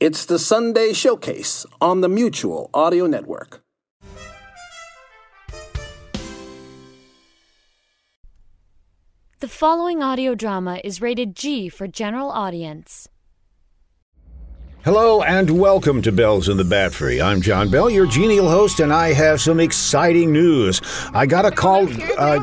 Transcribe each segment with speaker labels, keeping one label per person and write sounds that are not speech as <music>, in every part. Speaker 1: It's the Sunday Showcase on the Mutual Audio Network.
Speaker 2: The following audio drama is rated G for general audience.
Speaker 3: Hello and welcome to Bells in the Bat Free. I'm John Bell, your genial host, and I have some exciting news. I got a call. Uh,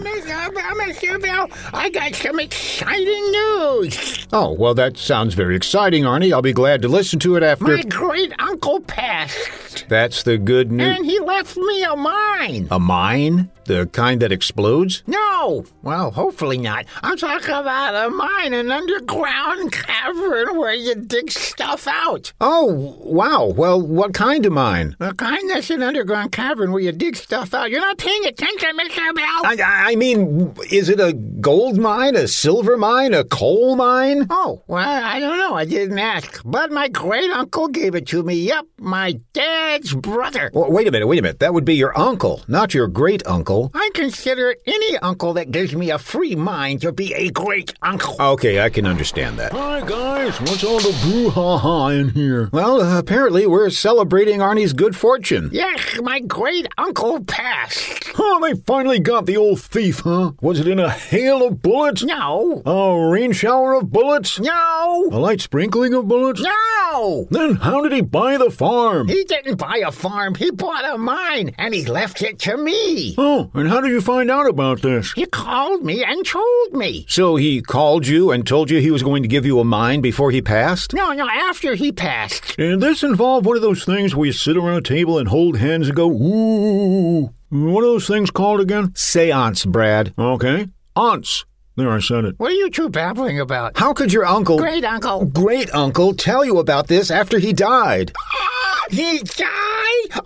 Speaker 4: Mr. Bell, I got some exciting news.
Speaker 3: oh, well, that sounds very exciting, Arnie. I'll be glad to listen to it after.
Speaker 4: My great uncle passed,
Speaker 3: That's the good
Speaker 4: and
Speaker 3: news.
Speaker 4: he left me a mine.
Speaker 3: A mine? The kind that explodes?
Speaker 4: No, well, hopefully not. I'm talking about a mine, an underground cavern where you dig stuff out.
Speaker 3: Oh, wow. Well, what kind of mine?
Speaker 4: A kind that's an underground cavern where you dig stuff out. You're not paying attention, Mr. Bell.
Speaker 3: I, I I mean, is it a gold mine, a silver mine, a coal mine?
Speaker 4: Oh, well, I don't know. I didn't ask. But my great uncle gave it to me. Yep, my dad's brother.
Speaker 3: Well, wait a minute, wait a minute. That would be your uncle, not your great uncle.
Speaker 4: I consider any uncle that gives me a free mind to be a great uncle.
Speaker 3: Okay, I can understand that.
Speaker 4: Hi, guys.
Speaker 3: What's all the brouhaha in here? Well, uh, apparently we're celebrating Arnie's good fortune.
Speaker 4: Yes, my great uncle passed.
Speaker 3: Oh, they finally got the old thief, huh? Was it in a hail of bullets?
Speaker 4: No.
Speaker 3: A rain shower of bullets?
Speaker 4: No.
Speaker 3: A light sprinkling of bullets?
Speaker 4: No.
Speaker 3: Then how did he buy the farm?
Speaker 4: He didn't buy a farm. He bought a mine, and he left it to me.
Speaker 3: Oh, and how did you find out about this?
Speaker 4: He called me and told me.
Speaker 3: So he called you and told you he was going to give you a mine before he passed?
Speaker 4: No, no, after he passed.
Speaker 3: Did this involve one of those things where you sit around a table and hold hands and go, ooh? What are those things called again? Seance, Brad. Okay. Aunts. There, I said it.
Speaker 4: What are you two babbling about?
Speaker 3: How could your uncle,
Speaker 4: Great uncle.
Speaker 3: great uncle, tell you about this after he died?
Speaker 4: Ah, <gasps> he died?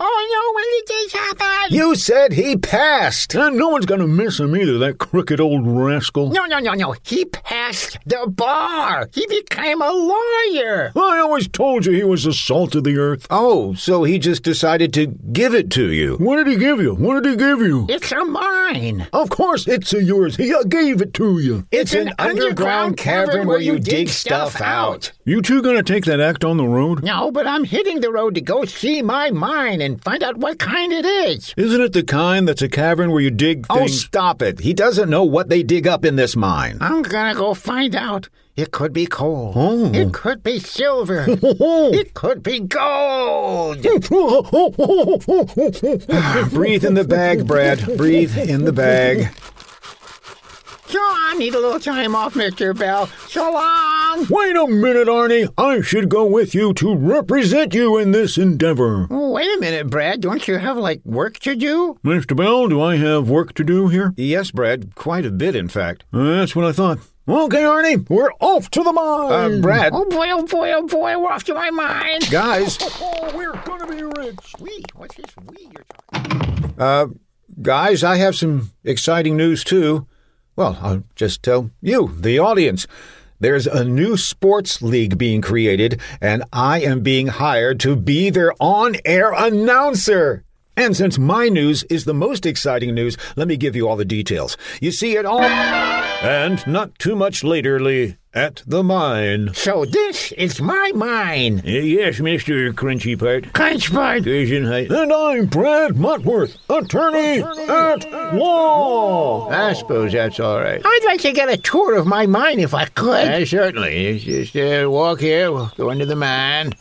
Speaker 4: Oh, no, when did this happen?
Speaker 3: You said he passed. And no one's going to miss him either, that crooked old rascal.
Speaker 4: No, no, no, no. He passed the bar. He became a lawyer.
Speaker 3: I always told you he was the salt of the earth. Oh, so he just decided to give it to you. What did he give you? What did he give you?
Speaker 4: It's a mine.
Speaker 3: Of course it's a yours. He uh, gave it to you.
Speaker 4: It's an underground cavern where you dig stuff out.
Speaker 3: You two gonna take that act on the road?
Speaker 4: No, but I'm hitting the road to go see my mine and find out what kind it is.
Speaker 3: Isn't it the kind that's a cavern where you dig things? Oh, stop it. He doesn't know what they dig up in this <laughs> mine.
Speaker 4: I'm gonna go find out. It could be coal.
Speaker 3: Oh.
Speaker 4: It could
Speaker 5: <laughs>
Speaker 4: be silver. it could be gold.
Speaker 3: Breathe in the bag, Brad. Breathe in the bag.
Speaker 4: So I need a little time off, Mr. Bell. So long.
Speaker 3: Wait a minute, Arnie. I should go with you to represent you in this endeavor.
Speaker 4: Oh, Wait a minute, Brad. Don't you have, like, work to do?
Speaker 3: Mr. Bell, do I have work to do here? Yes, Brad, quite a bit, in fact. that's what I thought. Okay, Arnie, we're off to the mine. Uh, Brad,
Speaker 4: Oh, boy, oh, boy, oh, boy. We're off to my mine.
Speaker 3: guys,
Speaker 4: Oh, we're gonna be rich. We? What's this we you're talking
Speaker 3: guys, I have some exciting news too. Well, I'll just tell you, the audience. There's a new sports league being created, and I am being hired to be their on-air announcer. And since my news is the most exciting news, let me give you all the details. You see it all, and not too much laterly at the mine.
Speaker 4: So this is my mine.
Speaker 3: Yes, Mister Crunchy Part.
Speaker 4: Crunchbud.
Speaker 3: And I'm Brad Mutworth, attorney, at law.
Speaker 5: I suppose that's all right.
Speaker 4: I'd like to get a tour of my mine if I could.
Speaker 5: Uh, certainly. It's just uh, walk here, we'll go into the mine.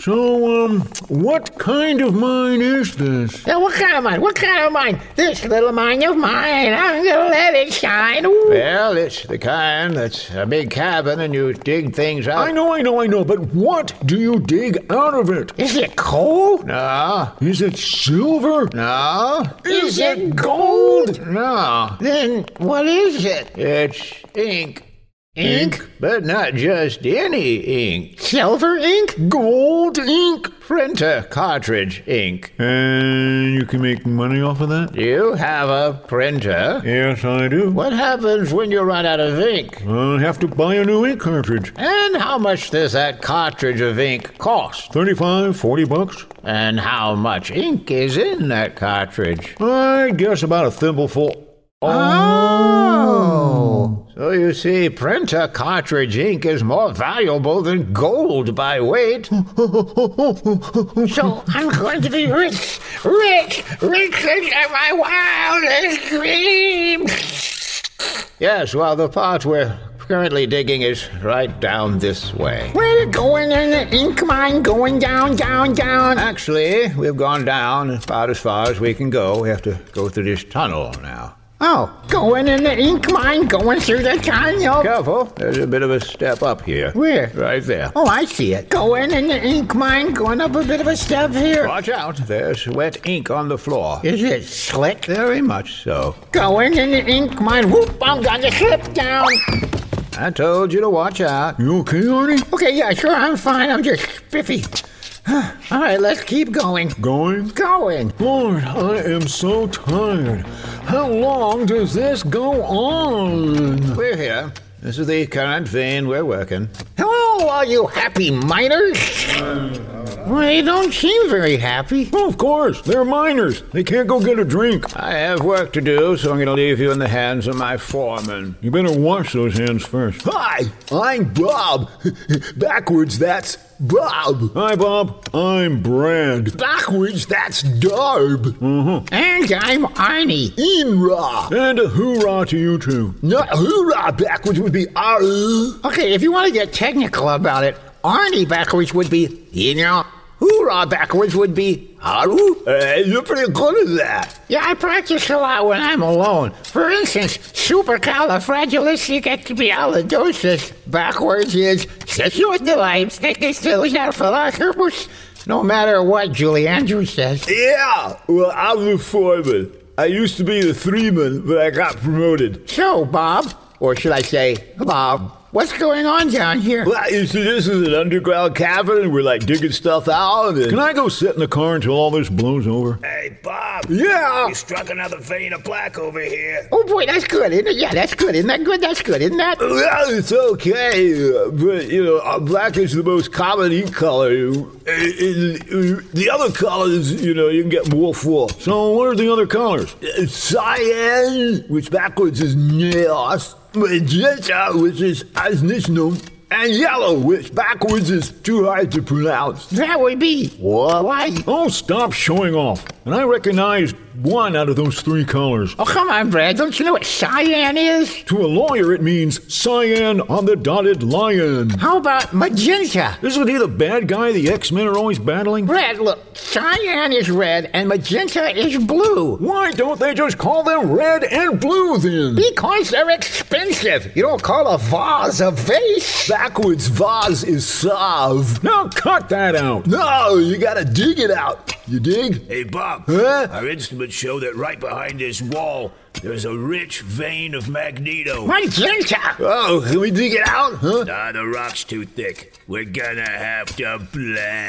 Speaker 3: So, um, what kind of mine is this?
Speaker 4: now, what kind of mine? What kind of mine? This little mine of mine. I'm gonna let it shine. Ooh.
Speaker 5: Well, it's the kind that's a big cabin and you dig things out.
Speaker 3: I know, I know, I know, but what do you dig out of it?
Speaker 4: Is it coal?
Speaker 5: No,
Speaker 3: Is it silver?
Speaker 5: no,
Speaker 4: Is it gold?
Speaker 5: no.
Speaker 4: Then what is it?
Speaker 5: It's ink.
Speaker 4: Ink?
Speaker 3: But not just any ink.
Speaker 4: Silver ink?
Speaker 3: Gold ink printer cartridge ink.
Speaker 6: And you can make money off of that?
Speaker 3: You have a printer.
Speaker 6: Yes, I do.
Speaker 3: What happens when you run out of ink?
Speaker 6: I have to buy a new ink cartridge.
Speaker 3: And how much does that cartridge of ink cost?
Speaker 6: Thirty-five, forty bucks?
Speaker 3: And how much ink is in that cartridge?
Speaker 6: I guess about a thimbleful.
Speaker 3: Oh. So you see, printer cartridge ink is more valuable than gold by weight. <laughs>
Speaker 4: So I'm going to be rich, rich, rich, rich at my wildest dreams.
Speaker 3: yes, well, the part we're currently digging is right down this way.
Speaker 4: We're going in the ink mine, going down, down, down.
Speaker 3: Actually, we've gone down about as far as we can go. We have to go through this tunnel now.
Speaker 4: Oh, going in the ink mine, going through the tunnel.
Speaker 3: Careful, there's a bit of a step up here.
Speaker 4: Where?
Speaker 3: Right there.
Speaker 4: Oh, I see it. Going in the ink mine, going up a bit of a step here.
Speaker 3: Watch out, there's wet ink on the floor.
Speaker 4: Is it slick?
Speaker 3: Very much so.
Speaker 4: Going in the ink mine. Whoop, I'm gonna slip down.
Speaker 3: I told you to watch out.
Speaker 6: You okay, Artie?
Speaker 4: Okay, yeah, sure, I'm fine. I'm just spiffy. <sighs> All right, let's keep going.
Speaker 6: Going?
Speaker 4: Going.
Speaker 6: Lord, I am so tired. How long does this go on?
Speaker 3: We're here. This is the current vein we're working.
Speaker 4: Hello, all Oh, you happy miners. Well, you don't seem very happy.
Speaker 6: Well, of course, they're minors. They can't go get a drink.
Speaker 3: I have work to do, so I'm going to leave you in the hands of my foreman.
Speaker 6: You better wash those hands first.
Speaker 7: Hi, I'm Bob. Backwards, that's Bob.
Speaker 6: Hi, Bob. I'm Brad.
Speaker 7: Backwards, that's Darb.
Speaker 4: And I'm Arnie.
Speaker 7: Inra.
Speaker 6: And a hoorah to you two.
Speaker 7: Not hoorah, backwards would be Aru.
Speaker 4: Okay, if you want to get technical about it, Arnie backwards would be, you know, hoorah backwards would be,
Speaker 7: Aru? Hey, Uh, you're pretty good at that.
Speaker 4: yeah, I practice a lot when I'm alone. For instance, supercalifragilisticexpialidocious backwards is, "Sistuatnilipsticistiliarphilosopus." no mater what Julie Andrews says.
Speaker 7: Yeah, well, I'm the foreman. I used to be the three-man, but I got promoted.
Speaker 4: So, Bob, or should I say, Bob, what's going on down here?
Speaker 7: Well, you see, this is an underground cavern, and we're like digging stuff out. And
Speaker 6: Can I go sit in the car until all this blows over?
Speaker 8: Hey, Bob,
Speaker 7: Yeah.
Speaker 8: you struck another vein of black over here.
Speaker 4: Oh boy, that's good, isn't it? Yeah, that's good, isn't that good? That's good, isn't that?
Speaker 7: Well, it's okay, uh, but you know, uh, black is the most common ink color. Uh, uh, uh, The other colors, you know, you can get more for.
Speaker 6: So, what are the other colors?
Speaker 7: Uh, Cyan, which backwards is neos, magenta, which is asnishnum, and yellow, which backwards is too hard to pronounce.
Speaker 4: That would be. What? Why?
Speaker 6: Oh, stop showing off. And I recognize one out of those three colors.
Speaker 4: Oh, come on, Brad. Don't you know what cyan is?
Speaker 6: To a lawyer, it means cyan on the dotted lion.
Speaker 4: How about magenta?
Speaker 6: Isn't he the bad guy the X Men are always battling?
Speaker 4: Red, look, cyan is red and magenta is blue.
Speaker 6: Why don't they just call them red and blue then?
Speaker 4: Because they're expensive. You don't call a vase a vase.
Speaker 7: Backwards vase is sav.
Speaker 6: Now cut that out.
Speaker 7: No, you gotta dig it out. You dig?
Speaker 8: Hey, Bob,
Speaker 7: Huh?
Speaker 8: our instruments show that right behind this wall, there's a rich vein of magneto.
Speaker 4: Magenta!
Speaker 7: Oh, can we dig it out? Huh?
Speaker 8: Ah, the rock's too thick. We're gonna have to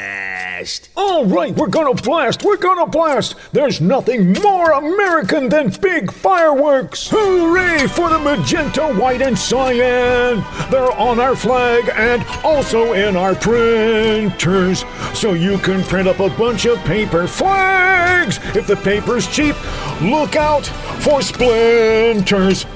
Speaker 8: blast.
Speaker 6: All right, we're gonna blast. We're gonna blast. There's nothing more American than big fireworks. Hooray for the magenta, white, and cyan. They're on our flag and also in our printers. So you can print up a bunch of paper flags. If the paper's cheap, look out for splinters.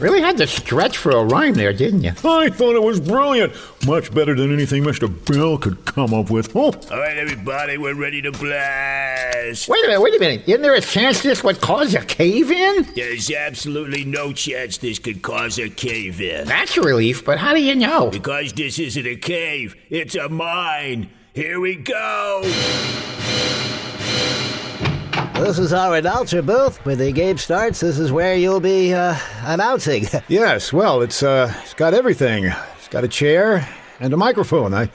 Speaker 4: Really had to stretch for a rhyme there, didn't you?
Speaker 6: I thought it was brilliant. Much better than anything Mr. Bell could come up with. Oh,
Speaker 8: All right, everybody, we're ready to blast.
Speaker 4: Wait a minute, wait a minute. Isn't there a chance this would cause a cave in?
Speaker 8: There's absolutely no chance this could cause a cave in.
Speaker 4: That's a relief, but how do you know?
Speaker 8: Because this isn't a cave, it's a mine. Here we go.
Speaker 9: This is our announcer booth. When the game starts, this is where you'll be uh, announcing.
Speaker 10: Yes, well, it's uh, it's got everything. It's got a chair and a microphone. I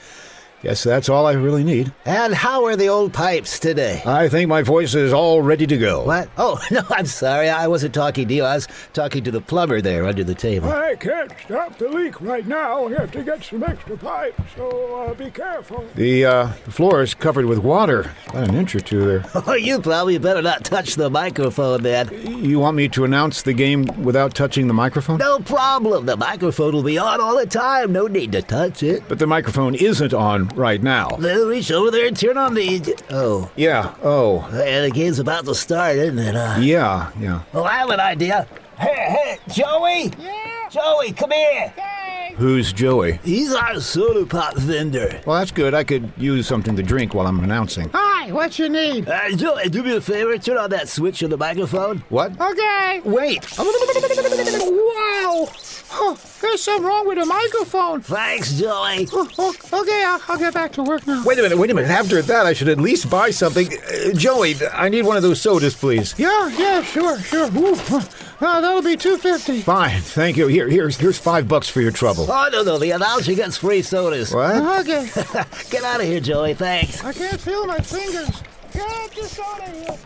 Speaker 3: Yes, that's all I really need.
Speaker 8: <laughs> And how are the old pipes today?
Speaker 3: I think my voice is all ready to go.
Speaker 8: What? Oh, <laughs> no, I'm sorry. I wasn't talking to you. I was talking to the plumber there under the table.
Speaker 6: I can't stop the leak right now. I have to get some extra pipe, so uh, be careful.
Speaker 3: The, uh, the floor is covered with water. About an inch or two there.
Speaker 8: Oh, <laughs> you probably better not touch the microphone, man.
Speaker 3: You want me to announce the game without touching the microphone?
Speaker 8: No problem. The microphone will be on all the time. No need to touch it.
Speaker 3: But the microphone isn't on right now.
Speaker 8: They'll reach over there and turn on the. Oh.
Speaker 3: Yeah, oh.
Speaker 8: Yeah, the game's about to start, isn't it? Uh,
Speaker 3: Yeah, yeah.
Speaker 8: well, I have an idea. Hey, hey, Joey!
Speaker 11: Yeah?
Speaker 8: Joey, come here!
Speaker 3: Who's Joey?
Speaker 8: He's our soda pop vendor.
Speaker 3: Well, that's good. I could use something to drink while I'm announcing.
Speaker 4: Hi, what you need?
Speaker 8: Uh, Joey, do me a favor. Turn on that switch on the microphone.
Speaker 3: What?
Speaker 4: Okay.
Speaker 3: Wait.
Speaker 4: Wow. Huh, there's something wrong with the microphone.
Speaker 8: Thanks, Joey.
Speaker 4: Oh, oh, okay, I'll, I'll get back to work now.
Speaker 3: Wait a minute, wait a minute. After that, I should at least buy something. Uh, Joey, I need one of those sodas, please.
Speaker 4: Yeah, yeah, sure, sure. Ooh, huh. uh, that'll be two fifty.
Speaker 3: Fine, thank you. Here, here's here's five bucks for your trouble.
Speaker 8: Oh, no, no. The announcer gets free sodas.
Speaker 3: What?
Speaker 4: Okay.
Speaker 8: Get out of here, Joey. Thanks.
Speaker 4: I can't feel my fingers. Get this out of here.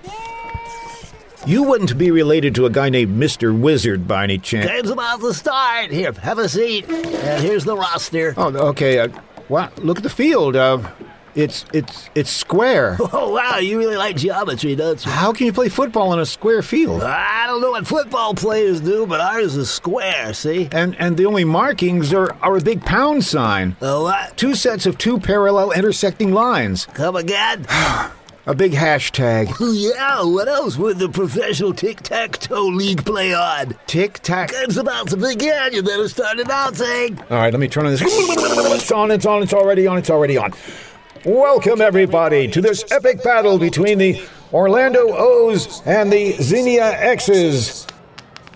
Speaker 3: You wouldn't be related to a guy named Mr. Wizard by any chance.
Speaker 8: Game's about to start. Here, have a seat. And here's the roster.
Speaker 3: Oh, okay. Uh, wow, look at the field. Uh, it's it's it's square.
Speaker 8: Oh, wow. You really like geometry, don't you?
Speaker 3: <laughs> How can you play football in a square field?
Speaker 8: I don't know what football players do, but ours is square, see?
Speaker 3: And and the only markings are are a big pound sign.
Speaker 8: Oh, what?
Speaker 3: Two sets of two parallel intersecting lines.
Speaker 8: Come again?
Speaker 3: <sighs> A big hashtag.
Speaker 8: <laughs> yeah, what else would the professional tic-tac-toe league play on?
Speaker 3: Tic tac.
Speaker 8: Game's about to begin. You better start announcing.
Speaker 3: All right, let me turn on this. It's on, it's on, it's already on, it's already on. Welcome, everybody, to this epic battle between the Orlando O's and the Xenia X's.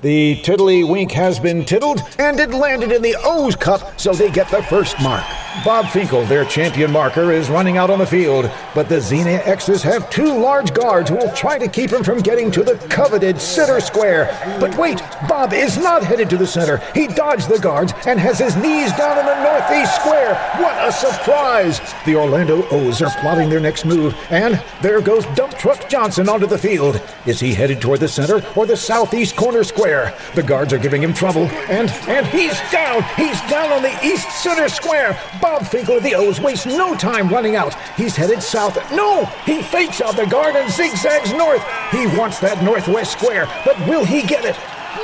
Speaker 3: The tiddly wink has been tiddled, and it landed in the O's cup, so they get the first mark. Bob Finkel, their champion marker, is running out on the field, but the Xenia X's have two large guards who will try to keep him from getting to the coveted center square. But wait, Bob is not headed to the center. He dodged the guards and has his knees down in the northeast square. What a surprise! The Orlando O's are plotting their next move, and there goes Dump Truck Johnson onto the field. Is he headed toward the center or the southeast corner square? The guards are giving him trouble, and and he's down. He's down on the east center square. Bob Finkel of the O's wastes no time running out. He's headed south. No, he fakes out the guard and zigzags north. He wants that northwest square, but will he get it?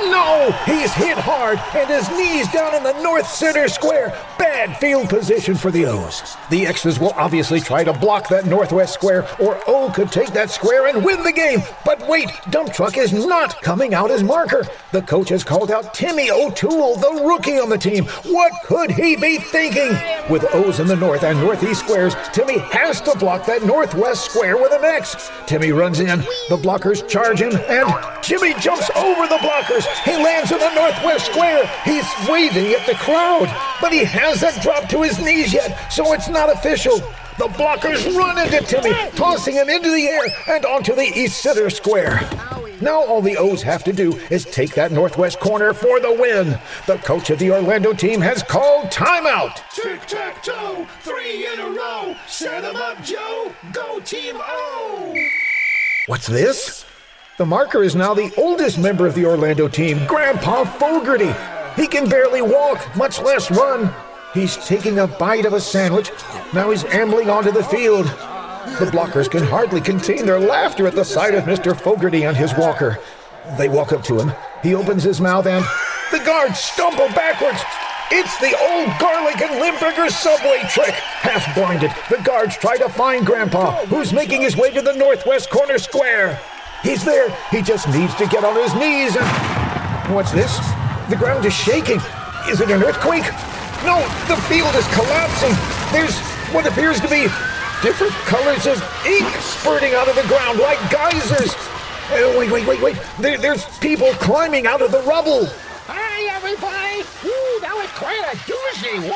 Speaker 3: No! He's hit hard and his knees down in the north center square. Bad field position for the O's. The X's will obviously try to block that northwest square, or O could take that square and win the game. But wait, Dump Truck is not coming out as marker. The coach has called out Timmy O'Toole, the rookie on the team. What could he be thinking? With O's in the north and northeast squares, Timmy has to block that northwest square with an X. Timmy runs in, the blockers charge him, and Jimmy jumps over the blockers. He lands in the northwest square. He's waving at the crowd, but he hasn't dropped to his knees yet, so it's not official. The blockers run into Timmy, tossing him into the air and onto the east center square. Now all the O's have to do is take that northwest corner for the win. The coach of the Orlando team has called timeout.
Speaker 12: Tic tac toe, three in a row. Set 'em up, Joe. Go Team O.
Speaker 3: What's this? The marker is now the oldest member of the Orlando team, Grandpa Fogarty. He can barely walk, much less run. He's taking a bite of a sandwich. Now he's ambling onto the field. The blockers can hardly contain their laughter at the sight of Mr. Fogarty and his walker. They walk up to him. He opens his mouth and the guards stumble backwards. It's the old garlic and Limburger subway trick. Half blinded, the guards try to find Grandpa, who's making his way to the northwest corner square. He's there. He just needs to get on his knees and. What's this? The ground is shaking. Is it an earthquake? No, the field is collapsing. There's what appears to be different colors of ink spurting out of the ground like geysers. Oh, wait, wait, wait, wait. There, there's people climbing out of the rubble.
Speaker 4: Hi, everybody. Ooh, that was quite a doozy,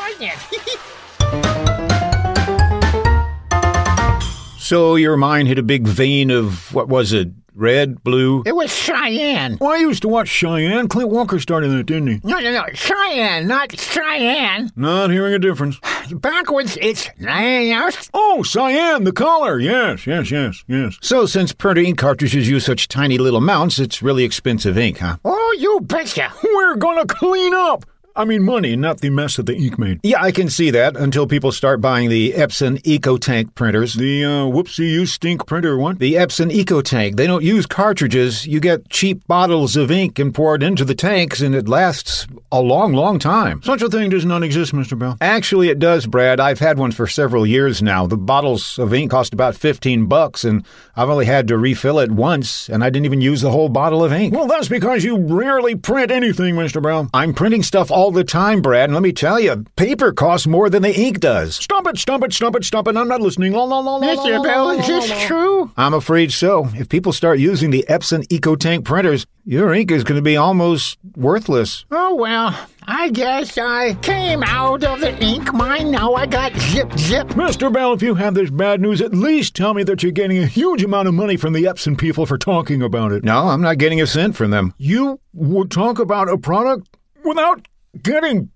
Speaker 4: wasn't it?
Speaker 3: So your mind hit a big vein of, what was it, Red, blue.
Speaker 4: It was Cheyenne.
Speaker 6: Well, I used to watch Cheyenne. Clint Walker started it, didn't he?
Speaker 4: No, no, no. Cheyenne, not Cheyenne.
Speaker 6: Not hearing a difference.
Speaker 4: Backwards, it's Nyanaus.
Speaker 6: Oh, Cyan, the collar. Yes, yes, yes, yes.
Speaker 3: So, since printer ink cartridges use such tiny little amounts, it's really expensive ink, huh?
Speaker 4: Oh, you betcha.
Speaker 6: We're gonna clean up. I mean, money, not the mess that the ink made.
Speaker 3: Yeah, I can see that until people start buying the Epson EcoTank printers.
Speaker 6: The uh, whoopsie you stink printer one?
Speaker 3: The Epson EcoTank. They don't use cartridges. You get cheap bottles of ink and pour it into the tanks, and it lasts a long, long time.
Speaker 6: Such a thing does not exist, Mr. Bell.
Speaker 3: Actually, it does, Brad. I've had one for several years now. The bottles of ink cost about 15 bucks, and I've only had to refill it once, and I didn't even use the whole bottle of ink.
Speaker 6: Well, that's because you rarely print anything, Mr. Brown.
Speaker 3: I'm printing stuff all the time, Brad, and let me tell you, paper costs more than the ink does.
Speaker 6: Stop it, stop it, stop it, stop it. I'm not listening. La, la, la, la,
Speaker 4: Mr. Bell, is this true?
Speaker 3: I'm afraid so. If people start using the Epson EcoTank printers, your ink is going to be almost worthless.
Speaker 4: Oh, well, I guess I came out of the ink mine. Now I got zip zip.
Speaker 6: Mr. Bell, if you have this bad news, at least tell me that you're getting a huge amount of money from the Epson people for talking about it.
Speaker 3: No, I'm not getting a cent from them.
Speaker 6: You would talk about a product without getting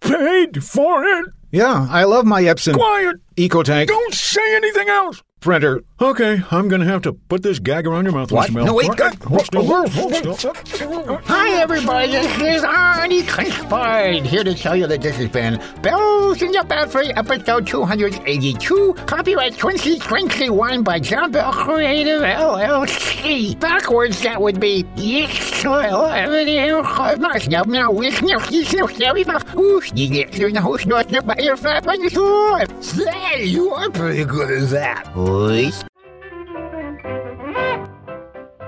Speaker 6: paid for it.
Speaker 3: Yeah, I love my Epson.
Speaker 6: Quiet!
Speaker 3: EcoTank.
Speaker 6: Don't say anything else!
Speaker 3: Printer.
Speaker 6: Okay, I'm gonna have to put this gag around your mouth,
Speaker 3: What?
Speaker 6: Mr. Bell.
Speaker 3: No, wait,
Speaker 6: What?
Speaker 3: God.
Speaker 6: Hold still, hold still.
Speaker 4: Hi, everybody. This is Arnie Clinchbard here to tell you that this has been Bells in the Belfry, episode 282, copyright 2021 by John Bell Creative LLC. Backwards, that would be yes, well, everything is nice. Now, now, with now, he's now, now, he's now, who's the next in the house, not the buyer, fat on the floor.
Speaker 13: Say, you are pretty good at that.
Speaker 4: Boys.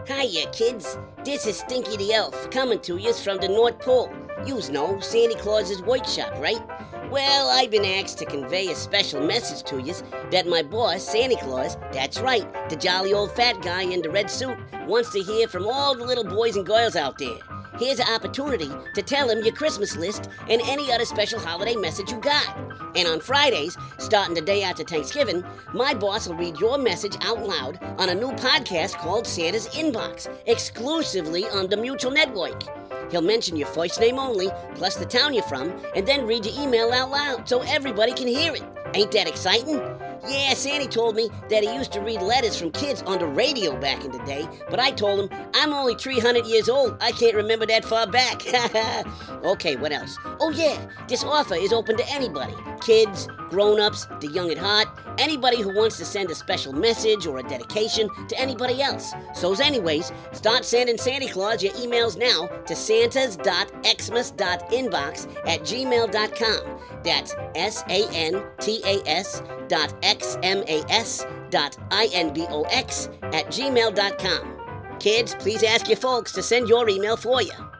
Speaker 11: Hiya, kids. This is Stinky the Elf coming to you from the North Pole. Yous know Santa Claus's workshop, right? Well, I've been asked to convey a special message to yous that my boss, Santa Claus, that's right, the jolly old fat guy in the red suit, wants to hear from all the little boys and girls out there. Here's an opportunity to tell him your Christmas list and any other special holiday message you got. And on Fridays, starting the day after Thanksgiving, my boss will read your message out loud on a new podcast called Santa's Inbox, exclusively on the Mutual Network. He'll mention your first name only, plus the town you're from, and then read your email out loud so everybody can hear it. Ain't that exciting? Yeah, Sandy told me that he used to read letters from kids on the radio back in the day, but I told him I'm only 300 years old. I can't remember that far back. <laughs> okay, what else? Oh, yeah, this offer is open to anybody kids, grown ups, the young at heart, anybody who wants to send a special message or a dedication to anybody else. So, anyways, start sending Santa Claus your emails now to santas.xmas.inbox at gmail.com. That's S A N T A S dot X M A S dot I N B O X at gmail.com. Kids, please ask your folks to send your email for you.